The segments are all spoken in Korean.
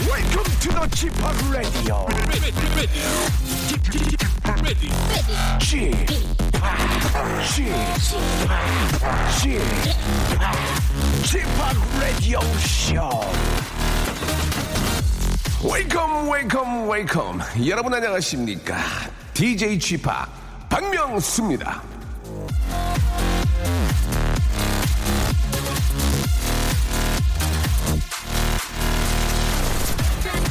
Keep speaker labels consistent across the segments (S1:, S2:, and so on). S1: to the Chip Radio.
S2: ready, ready, ready, ready.
S1: Chip, Chip, Chip, Chip Radio Show. Welcome, welcome, welcome. 여러분 안녕하십니까? DJ Chip 박명수입니다.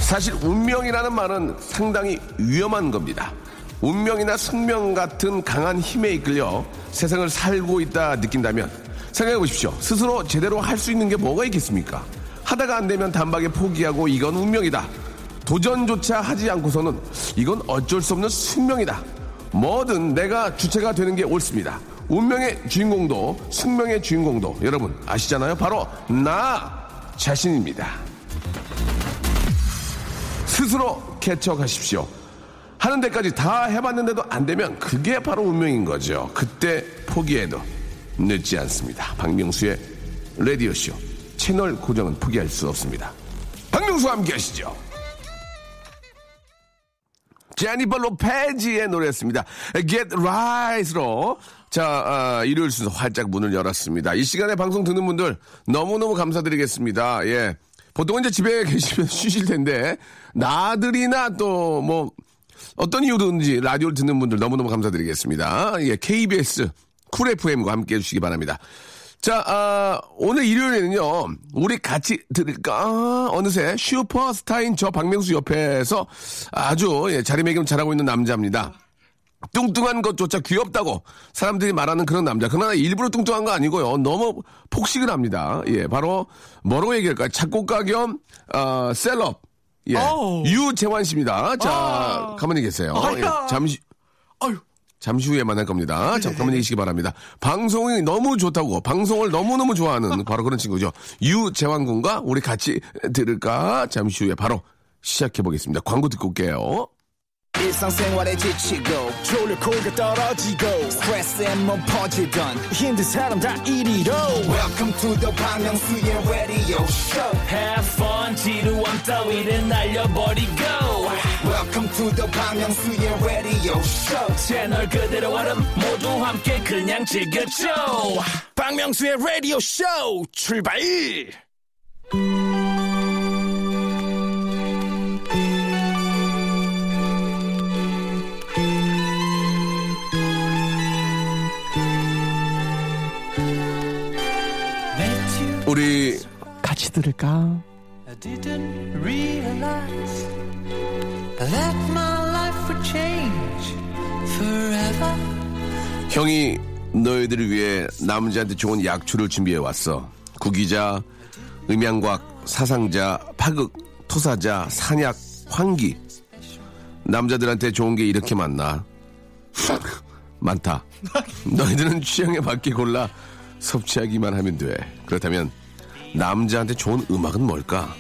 S1: 사실 운명이라는 말은 상당히 위험한 겁니다. 운명이나 숙명 같은 강한 힘에 이끌려 세상을 살고 있다 느낀다면 생각해 보십시오. 스스로 제대로 할 수 있는 게 뭐가 있겠습니까? 하다가 안 되면 단박에 포기하고 이건 운명이다. 도전조차 하지 않고서는 이건 어쩔 수 없는 숙명이다. 뭐든 내가 주체가 되는 게 옳습니다. 운명의 주인공도 숙명의 주인공도 여러분 아시잖아요. 바로 나 자신입니다. 스스로 개척하십시오. 하는 데까지 다 해봤는데도 안 되면 그게 바로 운명인 거죠. 그때 포기해도 늦지 않습니다. 박명수의 라디오쇼 채널 고정은 포기할 수 없습니다. 박명수와 함께 하시죠. 제니퍼 로페지의 노래였습니다. Get Right로 자 아, 일요일 순서 활짝 문을 열었습니다. 이 시간에 방송 듣는 분들 너무 너무 감사드리겠습니다. 예, 보통 이제 집에 계시면 쉬실 텐데 나들이나 또 뭐 어떤 이유든지 라디오를 듣는 분들 너무 너무 감사드리겠습니다. 예, KBS 쿨 FM과 함께 해주시기 바랍니다. 자, 아, 오늘 일요일에는요, 우리 같이 들을까? 아, 어느새 슈퍼스타인 저 박명수 옆에서 아주 예, 자리매김 잘하고 있는 남자입니다. 뚱뚱한 것조차 귀엽다고 사람들이 말하는 그런 남자. 그러나 일부러 뚱뚱한 거 아니고요. 너무 폭식을 합니다. 예, 바로 뭐라고 얘기할까요? 작곡가 겸 어, 셀럽. 예,
S3: 어우.
S1: 유재환 씨입니다. 자,
S3: 아.
S1: 가만히 계세요.
S3: 아이야.
S1: 예, 잠시
S3: 아유,
S1: 잠시 후에 만날 겁니다. 잠깐만 계시기 바랍니다. 방송이 너무 좋다고 방송을 너무너무 좋아하는 바로 그런 친구죠. 유재환 군과 우리 같이 들을까? 잠시 후에 바로 시작해 보겠습니다. 광고 듣고 올게요.
S4: 일상생활에 지치고, 졸려 코가 떨어지고, 스트레스에 몸 퍼지던, 힘든 사람 다 이리로. welcome to the Bang Myung-soo's radio show
S5: Have fun 지루함 따위를 날려버리고
S4: welcome to the Bang Myung-soo's radio show
S5: 채널 그대로 얼음 모두 함께 그냥 즐겨줘
S4: 박명수의 radio show 출발
S1: 우리
S3: 같이 들을까?
S6: I didn't realize that my life would change forever.
S1: 형이 너희들을 위해 남자한테 좋은 약초를 준비해 왔어. 구기자, 음양곽, 사상자, 파극, 토사자, 산약, 환기. 남자들한테 좋은 게 이렇게 많나? 많다. 너희들은 취향에 맞게 골라 섭취하기만 하면 돼. 그렇다면 남자한테 좋은 음악은 뭘까?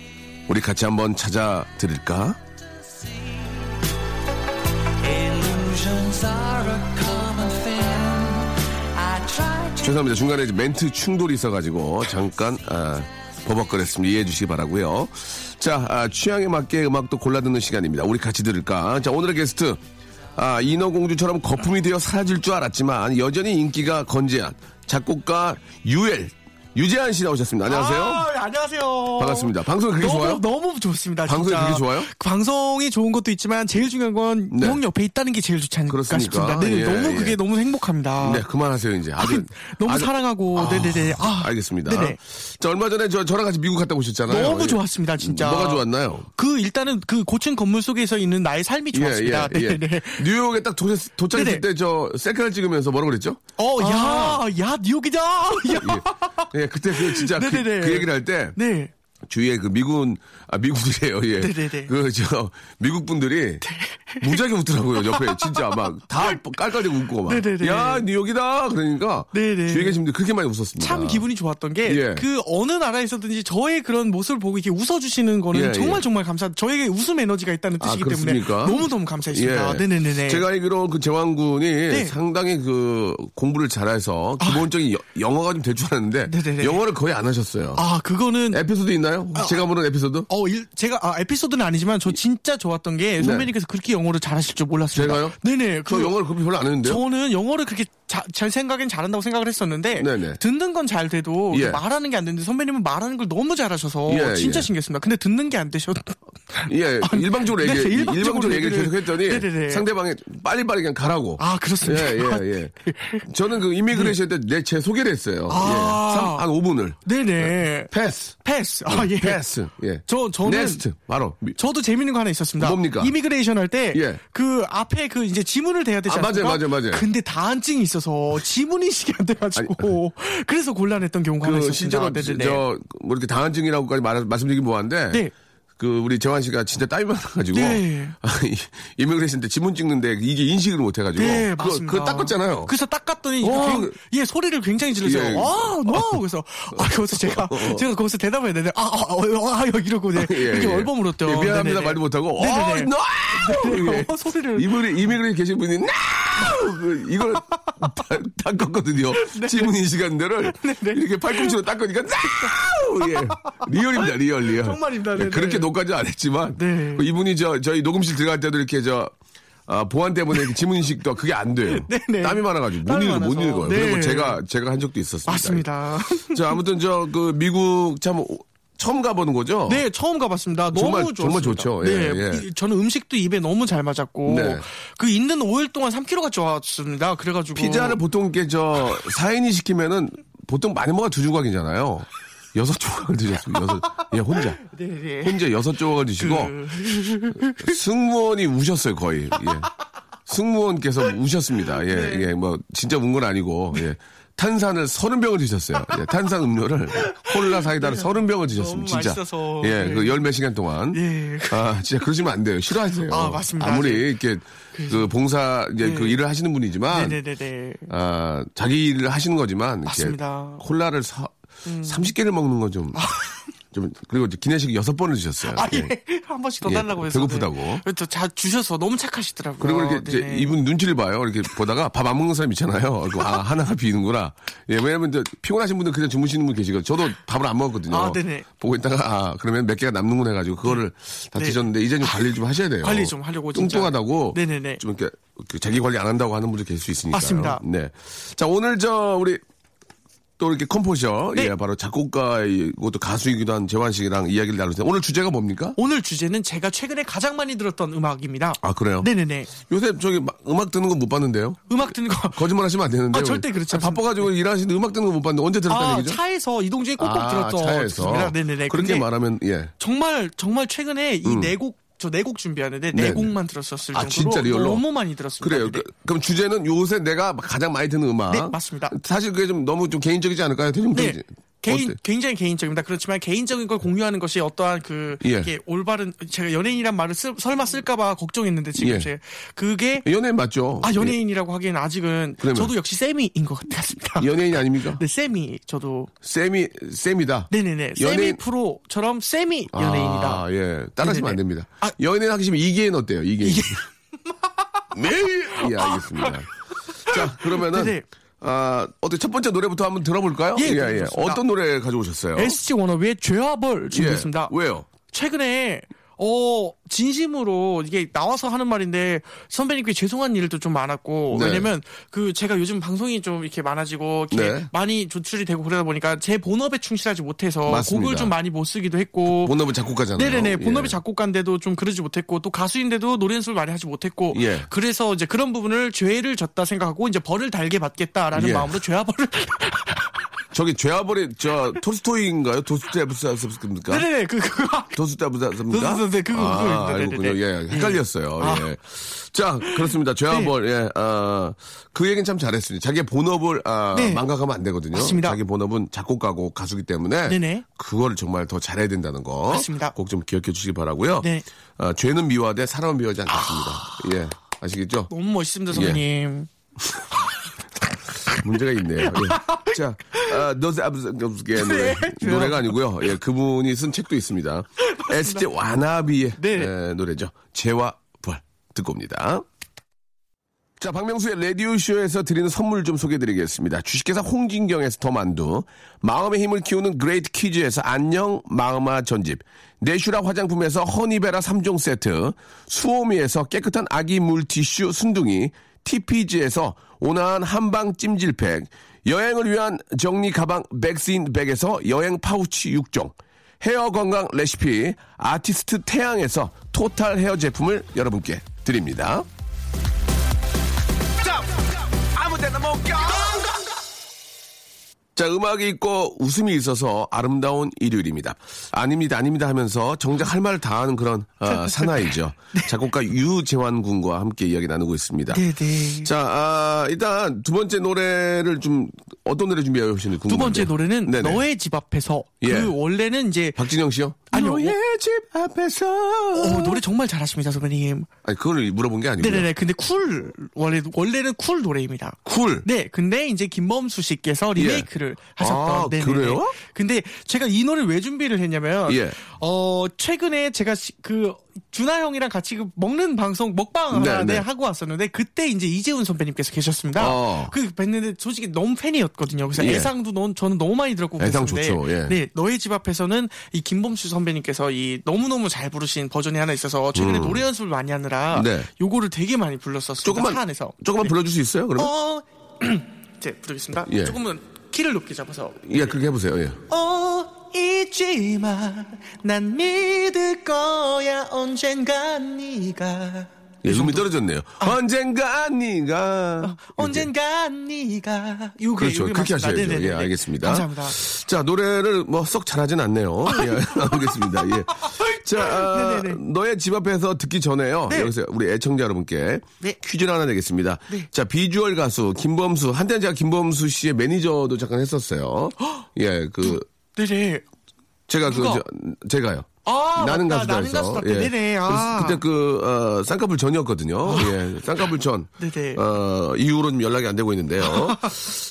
S1: 우리 같이 한번 찾아 들을까?
S6: Illusions are a common thing. I try to
S1: 죄송합니다. 중간에 이제 멘트 충돌이 있어가지고 잠깐 아, 버벅거렸습니다. 이해해 주시기 바라고요. 자, 아, 취향에 맞게 음악도 골라 듣는 시간입니다. 우리 같이 들을까? 자, 오늘의 게스트 아, 인어공주처럼 거품이 되어 사라질 줄 알았지만 여전히 인기가 건재한 작곡가 유엘 유재한 씨 나오셨습니다. 안녕하세요.
S3: 아, 안녕하세요.
S1: 반갑습니다. 방송 그렇게
S3: 너무,
S1: 좋아요?
S3: 너무 좋습니다.
S1: 방송이
S3: 진짜.
S1: 그렇게 좋아요?
S3: 방송이 좋은 것도 있지만 제일 중요한 건
S1: 네.
S3: 형 옆에 있다는 게 제일 좋지 않을까
S1: 그렇습니까?
S3: 싶습니다. 네,
S1: 예,
S3: 너무 그게
S1: 예.
S3: 너무 행복합니다.
S1: 네, 그만하세요 이제. 아주-
S3: 너무
S1: 아주-
S3: 사랑하고
S1: 아,
S3: 네네네. 아,
S1: 알겠습니다.
S3: 네네.
S1: 자, 얼마 전에 저, 저랑 같이 미국 갔다 오셨잖아요.
S3: 너무
S1: 예.
S3: 좋았습니다, 진짜.
S1: 뭐가 좋았나요?
S3: 그 일단은 그 고층 건물 속에서 있는 나의 삶이 좋았습니다.
S1: 예, 예, 예.
S3: 네네.
S1: 뉴욕에 딱 도착, 도착했을
S3: 네네.
S1: 때 저 셀카를 찍으면서 뭐라고 그랬죠?
S3: 어, 야, 야, 뉴욕이다. 야.
S1: 아. 예. 예, 그때 그 진짜 그,
S3: 네네네.
S1: 그 얘기를 할 때
S3: 네.
S1: 주위에 그 미군 아 미국이에요. 예.
S3: 네네네. 네.
S1: 그 저 미국 분들이 무지하게 웃더라고요, 옆에. 진짜 막 다뭐 깔깔대고 웃고 막.
S3: 네네네.
S1: 야, 뉴욕이다! 그러니까.
S3: 네네.
S1: 주위에 계신 분들 그렇게 많이 웃었습니다.
S3: 참 기분이 좋았던 게 그
S1: 아. 예.
S3: 어느 나라에서든지 저의 그런 모습을 보고 이렇게 웃어주시는 거는
S1: 예,
S3: 정말
S1: 예.
S3: 정말 감사. 저에게 웃음 에너지가 있다는
S1: 아,
S3: 뜻이기 때문에
S1: 그렇습니까?
S3: 너무 너무 감사했습니다.
S1: 예.
S3: 네네네네.
S1: 제가 알기로 그 재왕군이
S3: 네. 아.
S1: 상당히 그 공부를 잘해서 기본적인 여- 영어가 좀 될 줄 알았는데
S3: 네네네.
S1: 영어를 거의 안 하셨어요.
S3: 아 그거는
S1: 에피소드 있나요? 혹시 제가 모르는 에피소드?
S3: 어, 일- 제가 아, 에피소드는 아니지만 저 진짜 좋았던 게 선배님께서 그렇게 영어를 잘하실 줄 몰랐습니다.
S1: 네. 제가요?
S3: 네네.
S1: 저
S3: 그-
S1: 영어를 그렇게 별로 안 했는데요.
S3: 저는 영어를 그렇게 자- 잘 생각엔 잘한다고 생각을 했었는데
S1: 네네.
S3: 듣는 건 잘 돼도
S1: 예.
S3: 말하는 게 안 되는데 선배님은 말하는 걸 너무 잘하셔서
S1: 예,
S3: 진짜
S1: 예.
S3: 신기했습니다. 근데 듣는 게 안 되셔도
S1: 예,
S3: 아니,
S1: 일방적으로
S3: 네,
S1: 얘기, 일방적으로,
S3: 일방적으로
S1: 얘기를
S3: 얘기를-
S1: 계속 했더니
S3: 네네네.
S1: 상대방이 빨리빨리 그냥 가라고.
S3: 아
S1: 예,
S3: 그렇습니다.
S1: 예, 예. 저는 그 이미그레이션 때내제 소개를 했어요.
S3: 아.
S1: 예. 3, 한 5분을.
S3: 네네.
S1: 패스.
S3: 패스. 아 예.
S1: 패스. 예.
S3: 저- 저는-
S1: 넥스트. 바로. 미-
S3: 저도 재밌는 거 하나 있었습니다.
S1: 뭡니까?
S3: 이미그레이션 할 때 그
S1: 예.
S3: 앞에 그 이제 지문을 대야 되지
S1: 아, 맞아요,
S3: 않습니까?
S1: 맞아요, 맞아요.
S3: 근데 다한증이 있어서 지문 인식이 안 돼가지고 그래서 곤란했던 경우가 하나
S1: 그
S3: 있었습니다.
S1: 실제로
S3: 네네네.
S1: 저뭐 이렇게 당한증이라고까지 말 말씀드리긴 뭐한데
S3: 네.
S1: 그 우리 재환 씨가 진짜 땀이 많아가지고
S3: 네.
S1: 이미그레이션 때 지문 찍는데 이게 인식을 못해가지고
S3: 네,
S1: 그거-
S3: 맞습니다.
S1: 그거 닦았잖아요.
S3: 그래서 닦았더니
S1: 어,
S3: 굉- 예 소리를 굉장히 질러서
S1: 예. 어.
S3: 아, no 그래서 아, 거기서 제가 제가 거기서 대답해야 되는데 아, 아, 어, 아, 이러고 네,
S1: 예,
S3: 이렇게
S1: 예.
S3: 얼버무렸던
S1: 예, 미안합니다
S3: 네네네.
S1: 말도 못하고
S3: 네네네.
S1: 어, no!
S3: 네네네.
S1: 예.
S3: 어, 소리를
S1: 이분이 이미그레 계신 분이 no! 그 이걸 다- 닦았거든요. 지문 인식한 데를
S3: 네. 네네.
S1: 이렇게 팔꿈치로 닦으니까 no! 예. 리얼입니다, 리얼, 리얼.
S3: 정말입니다,
S1: 예,
S3: 네네.
S1: 그렇게 녹까지 안 했지만
S3: 네.
S1: 그 이분이 저 저희 녹음실 들어갈 때도 이렇게 저 아, 보안 때문에 이렇게 지문 인식도 그게 안 돼요.
S3: 네네.
S1: 땀이 많아가지고 못
S3: 땀이
S1: 읽어 못
S3: 많아서.
S1: 읽어요.
S3: 네.
S1: 그리고 제가 제가 한 적도 있었습니다.
S3: 맞습니다.
S1: 자 아무튼 저 그 미국 참 오- 처음 가보는 거죠.
S3: 네, 처음 가봤습니다. 너무
S1: 정말-
S3: 좋았습니다.
S1: 정말 좋죠. 예,
S3: 네,
S1: 예.
S3: 이- 저는 음식도 입에 너무 잘 맞았고
S1: 네.
S3: 그 있는 5일 동안 3kg가 쪄왔습니다. 그래가지고
S1: 피자를 보통 이렇게 저 4인이 시키면은 보통 많이 먹어 두 조각이잖아요. 여섯 조각을 드셨습니다. 여섯. 예, 혼자.
S3: 네.
S1: 혼자 여섯 조각을 드시고
S3: 그.
S1: 승무원이 우셨어요, 거의. 예. 승무원께서 우셨습니다. 예,
S3: 네.
S1: 예, 뭐 진짜 운 건 아니고. 예. 탄산을 서른 병을 드셨어요. 예, 탄산 음료를 콜라 사이다를 서른 병을 드셨습니다.
S3: 네. 너무
S1: 진짜.
S3: 맛있어서.
S1: 예,
S3: 네.
S1: 그 열 몇 시간 동안.
S3: 예.
S1: 아, 진짜 그러시면 안 돼요. 싫어하세요.
S3: 아, 맞습니다. 네.
S1: 무리 이렇게 그 봉사 이제 그 일을 하시는 분이지만
S3: 네네네네.
S1: 아, 자기 일을 하시는 거지만 이렇게
S3: 맞습니다. 음.
S1: 콜라를 사, 30개를 먹는 건 좀. 좀 그리고 이제 기내식 여섯 번을 주셨어요.
S3: 아,
S1: 예.
S3: 예. 한 번씩 더
S1: 예,
S3: 달라고 해서.
S1: 배고프다고.
S3: 네. 또 자, 주셔서 너무 착하시더라고요.
S1: 그리고 이렇게 이제
S3: 어, 네네.
S1: 이분 눈치를 봐요. 이렇게 보다가 밥 안 먹는 사람 있잖아요. 그리고 아 하나가 비는구나. 예, 왜냐면 이제 피곤하신 분들 그냥 주무시는 분 계시고 저도 밥을 안 먹었거든요.
S3: 아, 네네.
S1: 보고 있다가 아 그러면 몇 개가 남는구나 해가지고 그거를 다
S3: 네.
S1: 드셨는데 이제 좀 관리 좀 하셔야 돼요.
S3: 관리 좀 하려고 진짜.
S1: 뚱뚱하다고.
S3: 네네네.
S1: 좀 이렇게 그 자기 관리 안 한다고 하는 분들 계실 수 있으니까요.
S3: 맞습니다.
S1: 네. 자 오늘 저 우리 또 이렇게 컴포셔
S3: 네.
S1: 예 바로 작곡가이고 또 가수이기도 한 재환 씨랑 이야기를 나누세요. 오늘 주제가 뭡니까?
S3: 오늘 주제는 제가 최근에 가장 많이 들었던 음악입니다.
S1: 아 그래요?
S3: 네네네.
S1: 요새 저기 막 음악 듣는 거 못 봤는데요.
S3: 음악 듣는 거.
S1: 거짓말 하시면 안 되는데.
S3: 아, 절대 그렇지 않습니다. 네.
S1: 바빠가지고 일하시는데 음악 듣는 거 못 봤는데 언제 들었다는
S3: 아,
S1: 얘기죠?
S3: 차에서 이동 중에 꼭꼭
S1: 아,
S3: 들었던.
S1: 차에서.
S3: 곡입니다. 네네네.
S1: 그렇게
S3: 근데
S1: 말하면, 예.
S3: 정말, 정말 최근에 이 네 곡, 저 네 곡 준비하는데 네
S1: 음. 네네.
S3: 곡만 들었었을
S1: 아,
S3: 정도로
S1: 진짜 리얼로?
S3: 너무 많이 들었습니다.
S1: 그래요.
S3: 네.
S1: 그, 럼 주제는 요새 내가 가장 많이 듣는 음악.
S3: 네, 맞습니다.
S1: 사실 그게 좀 너무 좀 개인적이지 않을까요? 대중
S3: 네.
S1: 분들이-
S3: 개인,
S1: 어때?
S3: 굉장히 개인적입니다. 그렇지만 개인적인 걸 공유하는 것이 어떠한 그,
S1: 예.
S3: 이게 올바른, 제가 연예인이란 말을 쓰- 설마 쓸까봐 걱정했는데 지금
S1: 예.
S3: 제 그게
S1: 연예인 맞죠?
S3: 아 연예인이라고 하기엔 아직은
S1: 그러면.
S3: 저도 역시 세미인 것 같습니다.
S1: 예. 연예인 아닙니까?
S3: 네 세미 저도
S1: 쌤이, 쌤이다.
S3: 네네네 세미
S1: 연예인-
S3: 프로처럼 세미
S1: 아,
S3: 연예인이다.
S1: 예. 따라하시면 안
S3: 네네네.
S1: 됩니다.
S3: 아.
S1: 연예인 하기 싫으면 이계인 어때요? 이계인. 매일! 예, 알겠습니다. 자, 그러면은.
S3: 네네.
S1: 아, 어때 첫 번째 노래부터 한번 들어볼까요?
S3: 예,
S1: 예, 예.
S3: 들어보겠습니다.
S1: 어떤 노래 가져오셨어요?
S3: SG 워너비의 죄와벌 준비했습니다.
S1: 예. 왜요?
S3: 최근에 어 진심으로 이게 나와서 하는 말인데 선배님께 죄송한 일도 좀 많았고
S1: 네.
S3: 왜냐면 그 제가 요즘 방송이 좀 이렇게 많아지고 이렇게
S1: 네.
S3: 많이 조출이 되고 그러다 보니까 제 본업에 충실하지 못해서
S1: 맞습니다. 그
S3: 곡을 좀 많이 못 쓰기도 했고
S1: 본업은 작곡가잖아요.
S3: 네네네. 본업이
S1: 예. 작곡가인데도
S3: 작곡가인데도 좀 그러지 못했고 또 가수인데도 노래 연습을 많이 하지 못했고
S1: 예.
S3: 그래서 이제 그런 부분을 죄를 졌다 생각하고 이제 벌을 달게 받겠다라는
S1: 예.
S3: 마음으로 죄와 벌을
S1: 저기 죄아버리 저 토스토이인가요? 도스테프스입니까?
S3: 네네네 그 그거
S1: 도스테프스입니까?
S3: 도스테프스, 그거,
S1: 아,
S3: 그거. 네네네. 네.
S1: 알고군요. 예, 헷갈렸어요. 예. 자, 그렇습니다. 죄아벌, 예, 아, 그 얘기는 참 잘했습니다. 자기 본업을, 아,
S3: 네.
S1: 망각하면 안 되거든요.
S3: 맞습니다.
S1: 자기 본업은 작곡가고 가수기 때문에.
S3: 네네.
S1: 그거를 정말 더 잘해야 된다는 거.
S3: 맞습니다.
S1: 꼭 좀 기억해 주시기 바라고요
S3: 네. 아.
S1: 아, 죄는 미워하되 사람은 미워하지 않겠습니다. 예. 아시겠죠?
S3: 너무 멋있습니다
S1: 예.
S3: 선배님.
S1: 문제가 있네요. 예. 자, 너스아브스게 노래, 노래가 아니고요. 예, 그분이 쓴 책도 있습니다. 에스제 와나비의
S3: 네.
S1: 예, 노래죠. 재와 부활 듣고 옵니다. 자, 박명수의 라디오쇼에서 드리는 선물 좀 소개드리겠습니다. 주식회사 홍진경에서 더 만두, 마음의 힘을 키우는 그레이트 키즈에서 안녕 마음아 전집, 내슈라 화장품에서 허니베라 3종 세트, 수오미에서 깨끗한 아기 물티슈 순둥이, TPG에서 온화한 한방 찜질팩, 여행을 위한 정리 가방 백스인 백에서 여행 파우치 6종, 헤어 건강 레시피 아티스트 태양에서 토탈 헤어 제품을 여러분께 드립니다. 자, 음악이 있고 웃음이 있어서 아름다운 일요일입니다. 아닙니다, 아닙니다 하면서 정작 할 말을 다 하는 그런 아, 사나이죠. 작곡가 유재환 군과 함께 이야기 나누고 있습니다.
S3: 네. 네네.
S1: 자, 아, 일단 두 번째 노래를 좀 어떤 노래 준비해 오시는지 궁금해요.
S3: 두 번째 노래는 너의 집 앞에서
S1: 음. 예.
S3: 그 원래는 이제
S1: 박진영 씨요?
S3: 아니요.
S1: 너의 집 앞에서.
S3: 어, 노래 정말 잘하십니다 선배님.
S1: 아니, 그걸 물어본 게 아니고요.
S3: 네네네. 근데 쿨 원래 원래는 쿨 노래입니다.
S1: 쿨.
S3: 네, 근데 이제 김범수 씨께서 리메이크를 하셨던.
S1: 예. 아,
S3: 네네네.
S1: 그래요?
S3: 근데 제가 이 노래를 왜 준비를 했냐면,
S1: 예.
S3: 어 최근에 제가 시- 그 준하 형이랑 같이 그 먹는 방송 먹방 하나
S1: 네네.
S3: 네, 하고 왔었는데 그때 이제 이재훈 선배님께서 계셨습니다.
S1: 어.
S3: 그 뵀는데 솔직히 너무 팬이었거든요. 그래서
S1: 예.
S3: 애상도 넌, 저는 너무 많이 들었고
S1: 애상
S3: 그랬었는데,
S1: 좋죠, 예.
S3: 네, 너의 집 앞에서는 이 김범수 선배님께서 이 너무 너무 잘 부르신 버전이 하나 있어서 최근에 노래 연습을 많이 하느라
S1: 음. 네.
S3: 요거를 되게 많이 불렀었어요.
S1: 조금만,
S3: 차 안에서. 네.
S1: 조금만 불러줄 수 있어요, 그러면?
S3: 어, 이제 부르겠습니다.
S1: 예.
S3: 조금은 키를 높게 잡아서.
S1: 예, 그렇게 해보세요,
S3: 네,
S1: 예.
S3: 어, 잊지 마. 난 믿을 거야. 언젠간 네가.
S1: 예, 음이 떨어졌네요.
S3: 아.
S1: 언젠가 네가 이렇게.
S3: 언젠간 네가. 요게,
S1: 그렇죠.
S3: 요게
S1: 그렇게
S3: 맞습니다.
S1: 하셔야죠.
S3: 네네네네.
S1: 예, 알겠습니다.
S3: 감사합니다.
S1: 자, 노래를 뭐 썩 잘하진 않네요. 예, 알겠습니다. 예. 자, 아,
S3: 네네네.
S1: 너의 집 앞에서 듣기 전에요.
S3: 네.
S1: 여기서 우리 애청자 여러분께
S3: 네.
S1: 퀴즈를 하나 내겠습니다.
S3: 네.
S1: 자, 비주얼 가수 김범수. 한때는 제가 김범수 씨의 매니저도 잠깐 했었어요. 예, 그,
S3: 네네.
S1: 제가 그,
S3: 누가?
S1: 저- 제가요.
S3: 아,
S1: 나는
S3: 맞다.
S1: 가수다에서
S3: 나는
S1: 예.
S3: 가수다 때. 네네. 아.
S1: 그래서 그때 그 어, 쌍꺼풀 전이었거든요. 예, 쌍꺼풀 전.
S3: 네네.
S1: 어, 이후로 좀 연락이 안 되고 있는데요.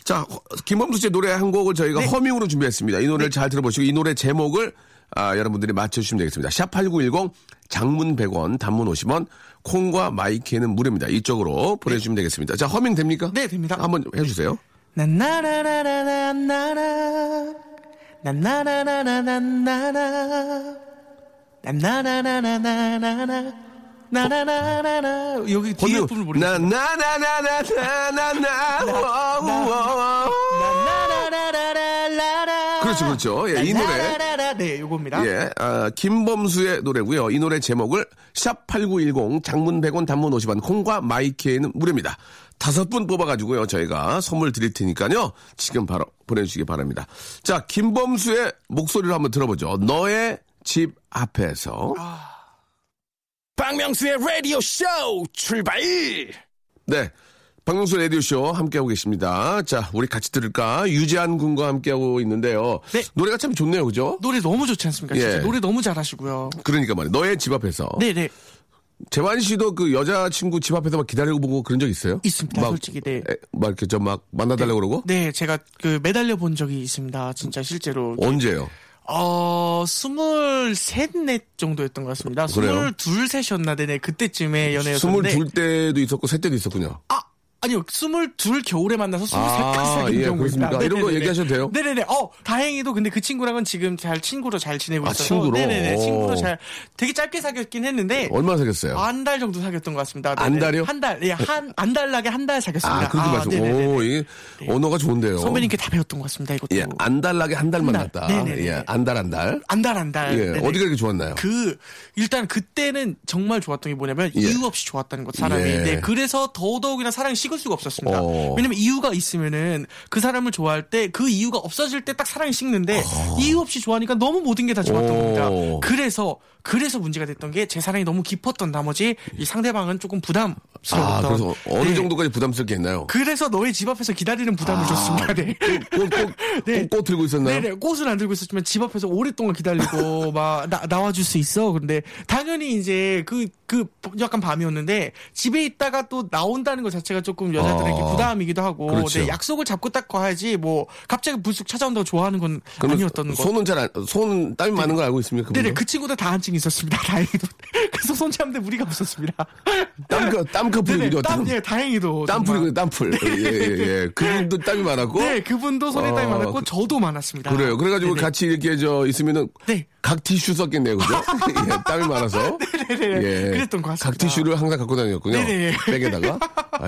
S1: 자, 허- 김범수 씨의 노래 한 곡을 저희가
S3: 네.
S1: 허밍으로 준비했습니다. 이 노래를 잘 들어보시고 이 노래 제목을 아, 여러분들이 맞춰주시면 되겠습니다. 샵8910 장문 100원, 단문 50원, 콩과 마이키는 무료입니다. 이쪽으로 보내주시면 되겠습니다. 자, 허밍 됩니까?
S3: 네, 됩니다.
S1: 한번 해주세요.
S3: 나나라라라라나라 나나라라라나라 나나라라라나라 나나라라라 여기 그 뒤에 부분을 모르겠어요
S1: 나나나나나나나나
S3: 나나라라라라라
S1: 그렇죠, 그렇죠. 예, 이 노래.
S3: 나나라라라. 네 요겁니다
S1: 예, 아, 김범수의 노래고요. 이 노래 제목을 샵8910 장문 100원 단문 50원 콩과 마이케에는 무료입니다. 다섯 분 뽑아가지고요. 저희가 선물 드릴 테니까요. 지금 바로 보내주시기 바랍니다. 자, 김범수의 목소리를 한번 들어보죠. 너의 집 앞에서.
S5: 박명수의 라디오 쇼 출발
S1: 네. 박명수 라디오쇼 함께하고 계십니다. 자, 우리 같이 들을까? 유재한 군과 함께하고 있는데요.
S3: 네.
S1: 노래가 참 좋네요. 그죠?
S3: 노래 너무 좋지 않습니까 진짜
S1: 예.
S3: 노래 너무 잘하시고요
S1: 그러니까 말이에요. 너의 집 앞에서.
S3: 네네
S1: 재환 씨도 그 여자친구 집 앞에서 막 기다리고 보고 그런 적 있어요?
S3: 있습니다, 솔직히, 네.
S1: 에, 막 이렇게 저 막 만나달라고 그러고?
S3: 네 제가 그 매달려 본 적이 있습니다 진짜 실제로
S1: 언제요?
S3: 네, 어, 스물셋, 넷 정도였던 것 같습니다.
S1: 어, 그래요?
S3: 스물둘, 셋이었나, 네네. 그때쯤에 연애였는데.
S1: 스물둘 때도 있었고 셋 때도 있었군요.
S3: 아! 아니요, 스물둘 겨울에 만나서 스물셋까지
S1: 아,
S3: 사귄
S1: 예,
S3: 경우 있다.
S1: 그렇습니까? 이런 거
S3: 네네네.
S1: 얘기하셔도 돼요?
S3: 네네네. 어, 다행히도 근데 그 친구랑은 지금 잘 친구로 잘 지내고
S1: 아,
S3: 있어서.
S1: 친구로?
S3: 네네네. 친구로
S1: 오.
S3: 잘, 되게 짧게 사귀었긴 했는데.
S1: 얼마나 사귀었어요?
S3: 한 달 정도 사귀었던 것 같습니다. 네네.
S1: 안 달이요?
S3: 한 달, 예, 한, 안 달나게 한 달 사귀었습니다.
S1: 아, 그렇게 말씀.
S3: 네네네.
S1: 오, 이게 언어가 좋은데요.
S3: 선배님께 다 배웠던 것 같습니다, 이것도.
S1: 예, 안달나게 한 달
S3: 한 달.
S1: 만났다.
S3: 네네네.
S1: 예, 안달 안달.
S3: 안달 안달.
S1: 예,
S3: 네네.
S1: 어디가 이렇게 좋았나요?
S3: 그 일단 그때는 정말 좋았던 게 뭐냐면
S1: 예.
S3: 이유 없이 좋았다는 것 사람이.
S1: 예.
S3: 네, 그래서 더더욱이나 사랑이 식어 풀 수가 없었습니다.
S1: 어.
S3: 왜냐면 이유가 있으면은 그 사람을 좋아할 때 그 이유가 없어질 때 딱 사랑이 식는데 이유 없이 좋아하니까 너무 모든 게 다 좋았던 겁니다.
S1: 어. 오.
S3: 그래서 그래서 문제가 됐던 게 제 사랑이 너무 깊었던 나머지 이 상대방은 조금
S1: 아,
S3: 부담스러웠던.
S1: 그래서 어느
S3: 네.
S1: 정도까지 아. 부담스럽게 했나요?
S3: 그래서 너의 집 앞에서 기다리는 부담을 줬습니다. 네.
S1: 꽃, 꽃,
S3: 네.
S1: 꽃, 꽃 들고 있었나요?
S3: 네네 꽃을 안 들고 있었지만 집 앞에서 오랫동안 기다리고 막 나, 나와줄 수 있어 근데 당연히 이제 그 그 약간 밤이었는데 집에 있다가 또 나온다는 것 자체가 조금 여자들에게
S1: 아.
S3: 부담이기도 하고
S1: 그렇죠.
S3: 네, 약속을 잡고 딱 가야지 뭐 갑자기 불쑥 찾아온다고 좋아하는 건
S1: 그러면
S3: 아니었던 거
S1: 손은 음. 잘 안, 손은 땀이 많은 걸 알고 있습니까?
S3: 네네
S1: 그분은?
S3: 그 친구도 다 한증 있었습니다 다행히도 그래서 손 잡는데 무리가 없었습니다
S1: 땀, 땀커플이군요.
S3: 네네
S1: 땀,
S3: 땀예 다행히도 정말.
S1: 땀풀이군요, 땀풀. 예, 예, 예. 그분도 땀이 많았고.
S3: 네 그분도 손에 땀이
S1: 아,
S3: 많았고
S1: 그-
S3: 저도 많았습니다
S1: 그래요. 그래가지고
S3: 네네.
S1: 같이 이렇게 저 있으면은
S3: 네.
S1: 각 티슈 썼겠네요, 그죠? 예, 땀이 많아서. 예.
S3: 네네네. 그랬던 것 같습니다.
S1: 각 티슈를 항상 갖고 다녔군요.
S3: 네네.
S1: 백에다가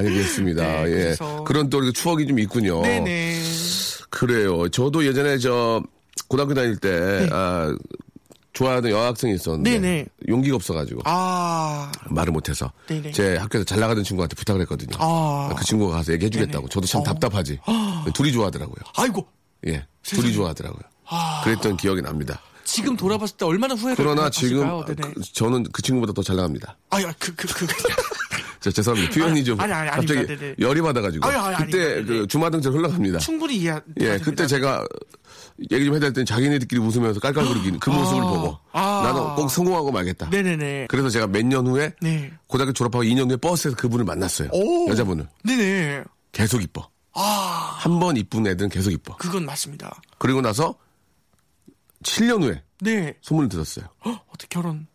S1: 알겠습니다.
S3: 네,
S1: 예.
S3: 그래서-
S1: 그런 또 이렇게 추억이 좀 있군요.
S3: 네네
S1: 그래요. 저도 예전에 저 고등학교 다닐 때 아, 좋아하는 여학생이 있었는데
S3: 네. 네네.
S1: 용기가 없어가지고
S3: 아
S1: 말을 못해서
S3: 네네.
S1: 제 학교에서 잘 나가던 친구한테 부탁을 했거든요.
S3: 아.
S1: 그 친구가 가서 얘기해주겠다고.
S3: 네네.
S1: 저도 참
S3: 어.
S1: 답답하지. 둘이 좋아하더라고요.
S3: 아이고
S1: 예, 둘이 좋아하더라고요. 그랬던 기억이 납니다.
S3: 지금 돌아봤을 때 얼마나 후회가
S1: 그러나 지금
S3: 갔을까요? 어, 네네.
S1: 그- 저는 그 친구보다 더 잘 나갑니다.
S3: 아야 그그 그.
S1: 자, 죄송합니다. 표현이
S3: 아니,
S1: 좀
S3: 아니, 아니,
S1: 갑자기
S3: 아닙니다. 네네.
S1: 열이 받아가지고
S3: 아니, 아니,
S1: 그때
S3: 아닙니다. 네네.
S1: 그 주마등처럼 흘러갑니다.
S3: 충분히 이해.
S1: 예, 그때 제가 얘기 좀 해야 될 때는 자기네들끼리 웃으면서 깔깔거리기는 그 모습을 보고
S3: 아.
S1: 나는 꼭 성공하고 말겠다.
S3: 네네네.
S1: 그래서 제가 몇 년 후에
S3: 네.
S1: 고등학교 졸업하고 2년 후에 버스에서 그분을 만났어요.
S3: 오.
S1: 여자분을
S3: 네네.
S1: 계속 이뻐.
S3: 아
S1: 한 번 이쁜 애들은 계속 이뻐.
S3: 그건 맞습니다.
S1: 그리고 나서 7년 후에
S3: 네.
S1: 소문을 들었어요.
S3: 헉, 어떻게 결혼?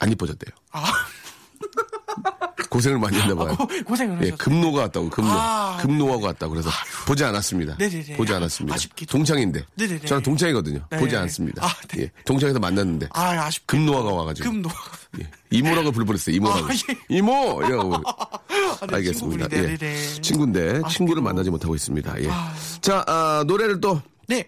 S1: 안 이뻐졌대요.
S3: 아
S1: 고생을 많이 했나 봐요.
S3: 고, 고생을
S1: 예,
S3: 하셨어요.
S1: 금노가 왔다고 금노
S3: 아.
S1: 금노하고 왔다고 그래서 보지 않았습니다.
S3: 네네네.
S1: 보지 않았습니다.
S3: 아쉽게도.
S1: 동창인데
S3: 네네네.
S1: 저는 동창이거든요.
S3: 네.
S1: 보지 않습니다.
S3: 아, 네.
S1: 예, 동창에서 만났는데
S3: 아 아쉽. 아,
S1: 금노화가 와가지고
S3: 금노.
S1: 예, 이모라고 불러버렸어요. 이모라고
S3: 아, 예.
S1: 이모 이러고
S3: 아, 네,
S1: 알겠습니다.
S3: 친구분이,
S1: 예.
S3: 네네네.
S1: 친구인데 친구를
S3: 아쉽게도.
S1: 만나지 못하고 있습니다. 예. 자 아, 노래를 또
S3: 네.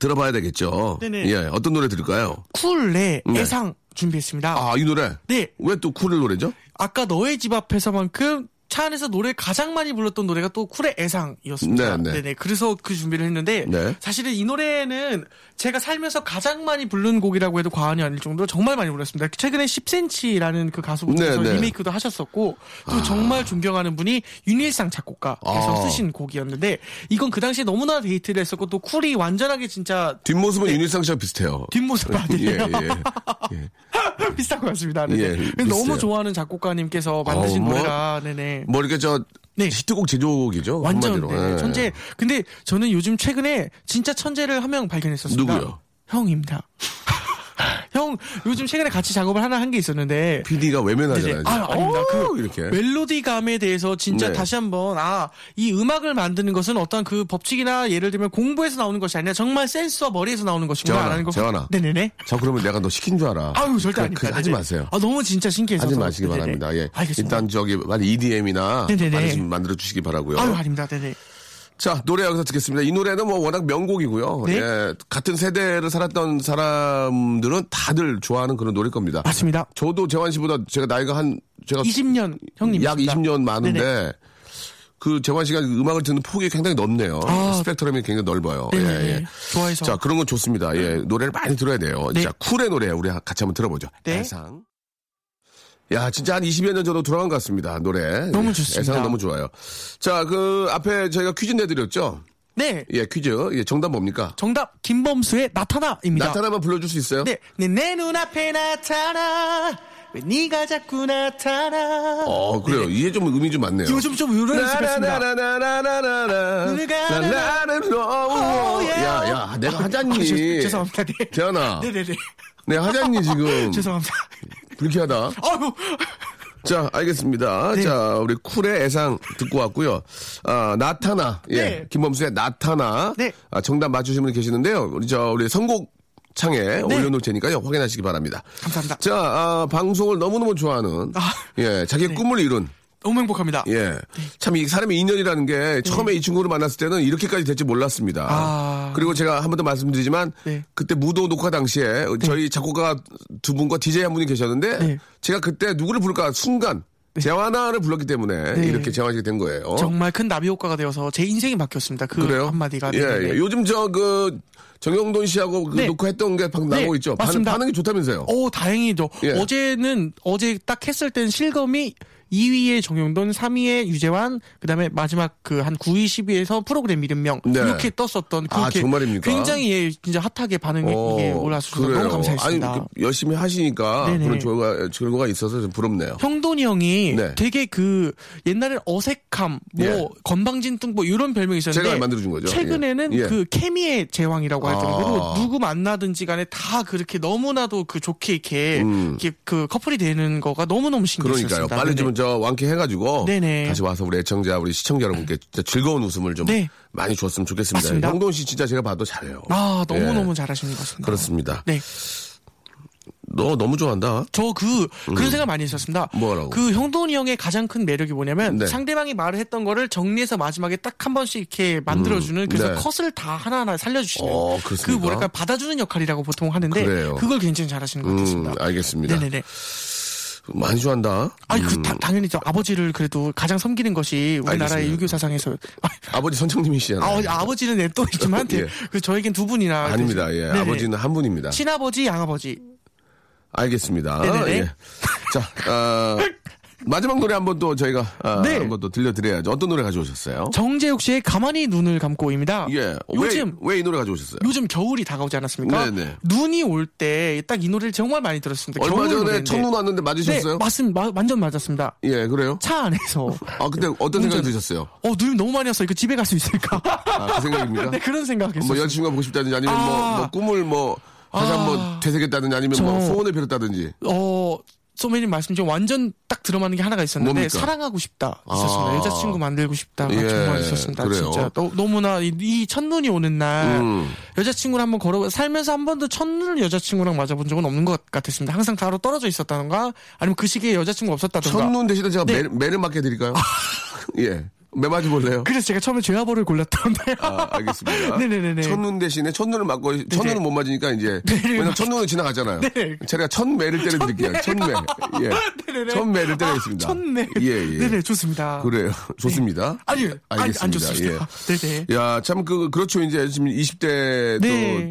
S1: 들어봐야 되겠죠.
S3: 네네.
S1: 예, 어떤 노래 들을까요?
S3: 쿨의
S1: 네.
S3: 애상 준비했습니다.
S1: 아 이 노래
S3: 네.
S1: 왜 또 쿨을 노래죠?
S3: 아까 너의 집 앞에서만큼 차 안에서 노래 가장 많이 불렀던 노래가 또 쿨의 애상이었습니다.
S1: 네, 네.
S3: 네네. 그래서 그 준비를 했는데
S1: 네.
S3: 사실은 이 노래는 제가 살면서 가장 많이 부른 곡이라고 해도 과언이 아닐 정도로 정말 많이 불렀습니다. 최근에 10cm라는 그 가수분께서
S1: 네, 네.
S3: 리메이크도 하셨었고 또 정말 존경하는 분이 윤일상 작곡가께서
S1: 아.
S3: 쓰신 곡이었는데 이건 그 당시에 너무나 데이트를 했었고 또 쿨이 완전하게 진짜
S1: 뒷모습은 윤일상 씨와 비슷해요.
S3: 뒷모습 아니에요.
S1: 예, 예, 예.
S3: 비슷한 것 같습니다. 네네.
S1: 예,
S3: 근데
S1: 비슷해요.
S3: 너무 좋아하는 작곡가님께서 만드신
S1: 어, 뭐?
S3: 노래라 네네.
S1: 뭐 이렇게 저
S3: 네.
S1: 히트곡 제조곡이죠.
S3: 완전
S1: 한마디로.
S3: 네,
S1: 예.
S3: 천재. 근데 저는 요즘 최근에 진짜 천재를 한 명 발견했었습니다.
S1: 누구요?
S3: 형입니다. 형 요즘 최근에 같이 작업을 하나 한 게 있었는데
S1: PD가 외면하잖아요.
S3: 네네. 아, 아닙니다. 그
S1: 이렇게.
S3: 멜로디감에 대해서 진짜
S1: 네.
S3: 다시 한번 아 이 음악을 만드는 것은 어떤 그 법칙이나 예를 들면 공부에서 나오는 것이 아니라 정말 센스와 머리에서 나오는
S1: 재환아,
S3: 것이구나라는 거.
S1: 재환아.
S3: 네네네.
S1: 자, 그러면 내가 너 시킨 줄 알아.
S3: 아유 절대
S1: 그-
S3: 아닙니다.
S1: 그 하지
S3: 네네.
S1: 마세요.
S3: 아 너무 진짜 신기해서.
S1: 하지 마시기
S3: 네네.
S1: 바랍니다. 예.
S3: 알겠습니다.
S1: 일단 저기 많이 EDM이나
S3: 네네네.
S1: 많이 좀 만들어 주시기 바라고요.
S3: 아유 아닙니다. 네네.
S1: 자, 노래 여기서 듣겠습니다. 이 노래는 뭐 워낙 명곡이고요.
S3: 네.
S1: 예, 같은 세대를 살았던 사람들은 다들 좋아하는 그런 노래일 겁니다.
S3: 맞습니다.
S1: 저도 재환 씨보다 제가 나이가 한 제가
S3: 20년 형님.
S1: 약 20년 많은데 그 재환 씨가 음악을 듣는 폭이 굉장히 넓네요.
S3: 아.
S1: 스펙트럼이 굉장히 넓어요. 예,
S3: 네네네.
S1: 예.
S3: 좋아해서. 음.
S1: 자 그런 건 좋습니다. 예, 노래를 많이 들어야 돼요.
S3: 네.
S1: 자 쿨의 노래 우리 같이 한번 들어보죠.
S3: 네.
S1: 애상. 야 진짜 한 20여 년 전으로 돌아간 것 같습니다. 노래.
S3: 너무
S1: 예,
S3: 좋습니다.
S1: 애상 너무 좋아요. 자 그 앞에 저희가 퀴즈 내드렸죠.
S3: 네.
S1: 예 퀴즈. 예 정답 뭡니까?
S3: 정답 김범수의 나타나입니다.
S1: 나타나만 불러줄 수 있어요?
S3: 네, 네, 내 눈앞에 나타나 왜 네가 자꾸 나타나
S1: 어 그래요.
S3: 네.
S1: 이게 좀 의미 좀 많네요.
S3: 요즘 좀 의외로 생겼습니다.
S1: 나나나나나나나나.
S3: 누가
S1: 나나는 너무.
S3: 오, 예.
S1: 야, 야, 내가 하잖니.
S3: 아, 죄- 죄송합니다. 네.
S1: 재현아.
S3: 네네네.
S1: 내 하잖니, 지금.
S3: 죄송합니다.
S1: 불쾌하다.
S3: 아유,
S1: 자, 알겠습니다.
S3: 네.
S1: 자, 우리 쿨의 애상 듣고 왔고요. 아, 나타나. 예.
S3: 네.
S1: 김범수의 나타나.
S3: 네.
S1: 아, 정답 맞추신 분 계시는데요. 우리 저, 우리 선곡 창에
S3: 네.
S1: 올려놓을 테니까요. 확인하시기 바랍니다.
S3: 감사합니다.
S1: 자, 아, 방송을 너무너무 좋아하는.
S3: 아.
S1: 예, 자기 의 꿈을 이룬.
S3: 너무 행복합니다.
S1: 예. 참 이 사람의 인연이라는 게 처음에 이 친구를 만났을 때는 이렇게까지 될지 몰랐습니다.
S3: 네. 아.
S1: 그리고 제가 한 번 더 말씀드리지만
S3: 네.
S1: 그때 무도 녹화 당시에 저희 작곡가 두 분과 DJ 한 분이 계셨는데
S3: 네.
S1: 제가 그때 누구를 부를까 순간 재환아를 불렀기 때문에
S3: 네.
S1: 이렇게 재환식이 된 거예요.
S3: 정말 큰 나비 효과가 되어서 제 인생이 바뀌었습니다. 그
S1: 그래요?
S3: 한마디가.
S1: 예,
S3: 네네네.
S1: 예. 요즘 저 그 정영돈 씨하고 그
S3: 네.
S1: 녹화했던 게 방금
S3: 네,
S1: 나오고 있죠. 반응,
S3: 맞습니다.
S1: 반응이 좋다면서요.
S3: 오, 다행이죠.
S1: 예.
S3: 어제는 어제 딱 했을 땐 실검이 2위에 정용돈, 3위에 유재환, 그다음에 마지막 그 한 9위, 10위에서 프로그램 이름명
S1: 네.
S3: 이렇게 떴었던
S1: 아,
S3: 그렇게
S1: 정말입니까?
S3: 굉장히 예, 진짜 핫하게 반응이
S1: 어,
S3: 예, 올라왔어서
S1: 그래요.
S3: 너무 감사했습니다.
S1: 아니, 그 열심히 하시니까
S3: 네네.
S1: 그런 결과, 결과가 있어서 좀 부럽네요.
S3: 형돈이 형이
S1: 네.
S3: 되게 그 옛날엔 어색함, 뭐
S1: 예.
S3: 건방진뚱 뭐 이런 별명이 있었는데
S1: 제가 만들어준 거죠.
S3: 최근에는
S1: 예. 예.
S3: 그 케미의 제왕이라고 할
S1: 아.
S3: 정도로 누구 만나든지 간에 다 그렇게 너무나도 그 좋게 이렇게,
S1: 음.
S3: 이렇게 그 커플이 되는 거가 너무너무 신기했습니다.
S1: 그러니까요. 빨리 좀 저 완쾌해가지고
S3: 네네.
S1: 다시 와서 우리 애청자, 우리 시청자 여러분께 진짜 즐거운 웃음을 좀
S3: 네.
S1: 많이 줬으면 좋겠습니다.
S3: 맞습니다.
S1: 형돈 씨 진짜 제가 봐도 잘해요.
S3: 아,
S1: 예.
S3: 너무너무 잘하시는 것 같습니다.
S1: 그렇습니다.
S3: 네.
S1: 너 너무 좋아한다. 음,
S3: 저 그 그런 생각 많이 했었습니다.
S1: 뭐라고?
S3: 그 형돈이 형의 가장 큰 매력이 뭐냐면
S1: 네.
S3: 상대방이 말을 했던 거를 정리해서 마지막에 딱 한 번씩 이렇게 만들어주는 그래서
S1: 네.
S3: 컷을 다 하나하나 살려주시는
S1: 어,
S3: 그
S1: 그렇습니까?
S3: 뭐랄까 받아주는 역할이라고 보통 하는데
S1: 그래요.
S3: 걸 굉장히 잘하시는 것
S1: 음,
S3: 같습니다.
S1: 알겠습니다.
S3: 네네네.
S1: 많이 좋아한다.
S3: 아니
S1: 음.
S3: 그 다- 당연히 저 아버지를 그래도 가장 섬기는 것이 우리나라의
S1: 알겠습니다. 네.
S3: 유교 사상에서 아,
S1: 아버지 선창님이시잖아요.
S3: 아, 버지는 네, 또 있지만
S1: 예.
S3: 그 저에겐 두 분이나
S1: 아닙니다. 예.
S3: 네네.
S1: 아버지는 한 분입니다.
S3: 친아버지, 양아버지.
S1: 알겠습니다.
S3: 네네네.
S1: 예. 자, 어, 마지막 노래 한번 또 저희가 아,
S3: 네.
S1: 한번 또 들려드려야죠. 어떤 노래 가져오셨어요?
S3: 정재욱 씨의 가만히 눈을 감고입니다.
S1: 예.
S3: 요즘
S1: 왜 이 노래 가져오셨어요?
S3: 요즘 겨울이 다가오지 않았습니까?
S1: 네. 네네.
S3: 눈이 올 때 딱 이 노래를 정말 많이 들었습니다.
S1: 얼마
S3: 겨울
S1: 전에
S3: 노래인데.
S1: 첫눈 왔는데 맞으셨어요?
S3: 네, 맞습니다. 마- 완전 맞았습니다.
S1: 예, 그래요?
S3: 차 안에서.
S1: 아,
S3: 네,
S1: 그때 어떤 생각이
S3: 운전-
S1: 드셨어요?
S3: 어, 눈이 너무 많이 왔어. 이거 집에 갈 수 있을까?
S1: 아, 그 생각입니다.
S3: 네, 그런 생각했어요.
S1: 뭐 여자친구가 보고 싶다든지 아니면 뭐,
S3: 아.
S1: 뭐 꿈을 뭐 다시
S3: 아.
S1: 한번 되새겼다든지 아니면 뭐
S3: 저-
S1: 소원을 빌었다든지.
S3: 어, 소매님 말씀 중 완전 딱 들어맞는 게 하나가 있었는데
S1: 뭡니까?
S3: 사랑하고 싶다 있었습니다.
S1: 아.
S3: 여자친구 만들고 싶다
S1: 예,
S3: 정말 있었습니다.
S1: 그래요?
S3: 진짜 너, 무나 이, 이 첫눈이 오는 날
S1: 음.
S3: 여자친구를 한번 걸어 살면서 한 번도 첫눈을 여자친구랑 맞아본 적은 없는 것 같았습니다. 항상 바로 떨어져 있었다던가 아니면 그 시기에 여자친구 가 없었다던가.
S1: 첫눈 대신에
S3: 네.
S1: 제가 매, 매를 맞게 드릴까요? 예. 매 맞이 볼래요?
S3: 아. 그래서 제가 처음에 죄화벌을 골랐던데요.
S1: 아, 알겠습니다.
S3: 네네네네.
S1: 첫눈 대신에 첫눈을 맞고 첫눈은 못 맞으니까 이제
S3: 네.
S1: 왜냐면 첫눈은 지나갔잖아요.
S3: 네.
S1: 제가 첫매를 때려드릴게요. 첫매. 예.
S3: 네네네.
S1: 첫매를 때려겠습니다.
S3: 아, 첫네.
S1: 예, 예.
S3: 네네 좋습니다.
S1: 그래요. 좋습니다.
S3: 아니요. 아니,
S1: 알겠습니다. 예.
S3: 안 좋습니다. 네네.
S1: 야, 참, 그, 그렇죠. 이제 지금 20대
S3: 네.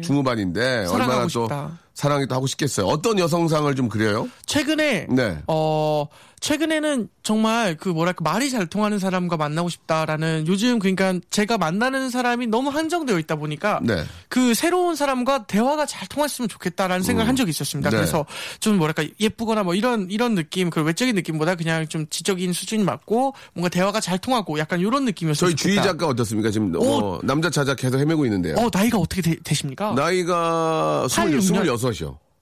S1: 또 중후반인데,
S3: 사랑하고
S1: 얼마나 또
S3: 싶다.
S1: 사랑이 또 하고 싶겠어요. 어떤 여성상을 좀 그려요?
S3: 최근에
S1: 네.
S3: 어 최근에는 정말 그 뭐랄까 말이 잘 통하는 사람과 만나고 싶다라는 요즘 그러니까 제가 만나는 사람이 너무 한정되어 있다 보니까
S1: 네.
S3: 그 새로운 사람과 대화가 잘 통했으면 좋겠다라는 생각을 한 적이 있었습니다.
S1: 네.
S3: 그래서 좀 뭐랄까 예쁘거나 뭐 이런 이런 느낌 그 외적인 느낌보다 그냥 좀 지적인 수준이 맞고 뭔가 대화가 잘 통하고 약간 이런 느낌이었어요.
S1: 저희 주희 작가 어떻습니까? 지금 뭐 남자 찾아 계속 헤매고 있는데요.
S3: 어 나이가 어떻게 되, 십니까
S1: 나이가 26,
S3: 86 년?
S1: 26이요.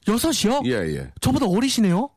S3: 여섯 시요
S1: 예, 예.
S3: 저보다 어리시네요?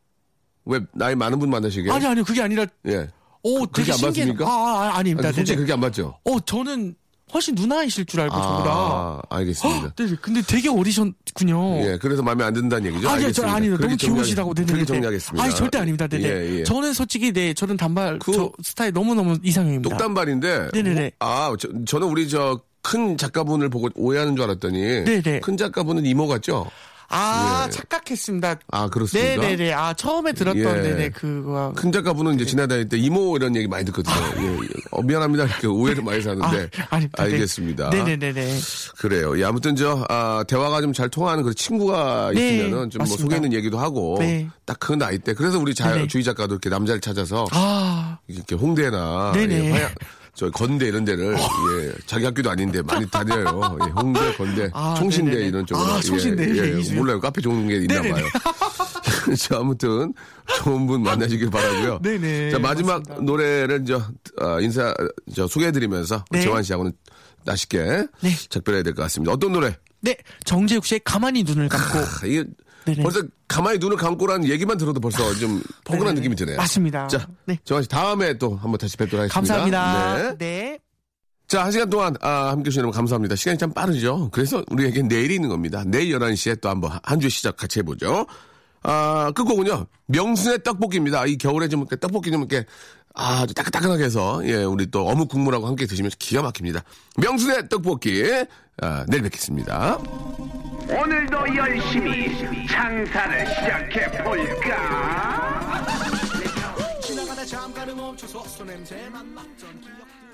S1: 왜 나이 많은 분 만나시게?
S3: 아니 아니요 그게 아니라
S1: 예.
S3: 오
S1: 그게
S3: 되게
S1: 안
S3: 신기해.
S1: 맞습니까?
S3: 아, 아 아닙니다.
S1: 아니, 솔직히
S3: 네네.
S1: 그게 안 맞죠?
S3: 어, 저는 훨씬 누나이실 줄 알고 저보다.
S1: 아, 알겠습니다.
S3: 헉, 네, 근데 되게 어리셨군요.
S1: 예, 그래서 마음에 안 든다는 얘기죠?
S3: 아니요,
S1: 알겠습니다.
S3: 저 아니요,
S1: 그렇게
S3: 너무
S1: 정리하-
S3: 귀여우시다고. 네네.
S1: 그렇게 정리하겠습니다.
S3: 아니 절대 아닙니다. 네네.
S1: 예, 예.
S3: 저는 솔직히 네, 저는 단발
S1: 그-
S3: 저 스타일 너무 너무 이상형입니다.
S1: 똑단발인데.
S3: 네네네.
S1: 뭐- 아, 저, 는 우리 저 큰 작가분을 보고 오해하는 줄 알았더니.
S3: 네네.
S1: 큰 작가분은 이모 같죠?
S3: 아
S1: 예.
S3: 착각했습니다.
S1: 아, 그렇습니까?
S3: 네네네. 아 처음에 들었던
S1: 예.
S3: 네네 그거.
S1: 큰 작가분은 이제 지나다닐 때 이모 이런 얘기 많이 듣거든요. 예, 예. 어, 미안합니다. 이렇게 오해를 많이
S3: 아,
S1: 사는데.
S3: 아닙니다. 네.
S1: 알겠습니다.
S3: 네네네네.
S1: 그래요. 예, 아무튼 저 아, 대화가 좀 잘 통하는 그런 친구가
S3: 네,
S1: 있으면은 좀 뭐
S3: 맞습니다.
S1: 속에 있는 얘기도 하고
S3: 네.
S1: 딱 그 나이 때 그래서 우리 자,
S3: 네네.
S1: 주희 작가도 이렇게 남자를 찾아서
S3: 아
S1: 이렇게 홍대나
S3: 네네.
S1: 예, 화양- 저 건대 이런 데를 예, 자기 학교도 아닌데 많이 다녀요. 예, 홍대, 건대,
S3: 아,
S1: 총신대
S3: 네네네.
S1: 이런 쪽으로.
S3: 아, 총신대.
S1: 예,
S3: 예,
S1: 예,
S3: 이주.
S1: 몰라요. 카페 좋은 게 있나
S3: 네네네.
S1: 봐요. 자, 아무튼 좋은 분 만나시길 바라고요.
S3: 네네.
S1: 자, 마지막
S3: 맞습니다.
S1: 노래를 저 아, 인사 저 소개해드리면서
S3: 네.
S1: 재환 씨하고는 맛있게
S3: 네.
S1: 작별해야 될 것 같습니다. 어떤 노래?
S3: 네, 정재욱 씨의 가만히 눈을 감고.
S1: 아, 이게
S3: 네네.
S1: 벌써 가만히 눈을 감고라는 얘기만 들어도 벌써 좀 포근한
S3: 네네네.
S1: 느낌이 드네요.
S3: 맞습니다.
S1: 자,
S3: 네.
S1: 정환 씨 다음에 또 한번 다시 뵙도록 하겠습니다.
S3: 감사합니다.
S1: 네.
S3: 네.
S1: 자, 한 시간 동안, 아, 함께 해주신 여러분 감사합니다. 시간이 참 빠르죠? 그래서 우리에게 내일이 있는 겁니다. 내일 11시에 또 한번 한 주 시작 같이 해보죠. 아, 끝곡은요. 명순의 떡볶이입니다. 이 겨울에 좀 이렇게 떡볶이 좀 이렇게 아주 따끈따끈하게 해서, 예, 우리 또 어묵 국물하고 함께 드시면 기가 막힙니다. 명순의 떡볶이, 아, 내일 뵙겠습니다.
S7: 오늘도 열심히 장사를 시작해 볼까?
S4: 지나가다 잡
S3: 잠깐은 멈춰서 손냄새만 맡던 기억들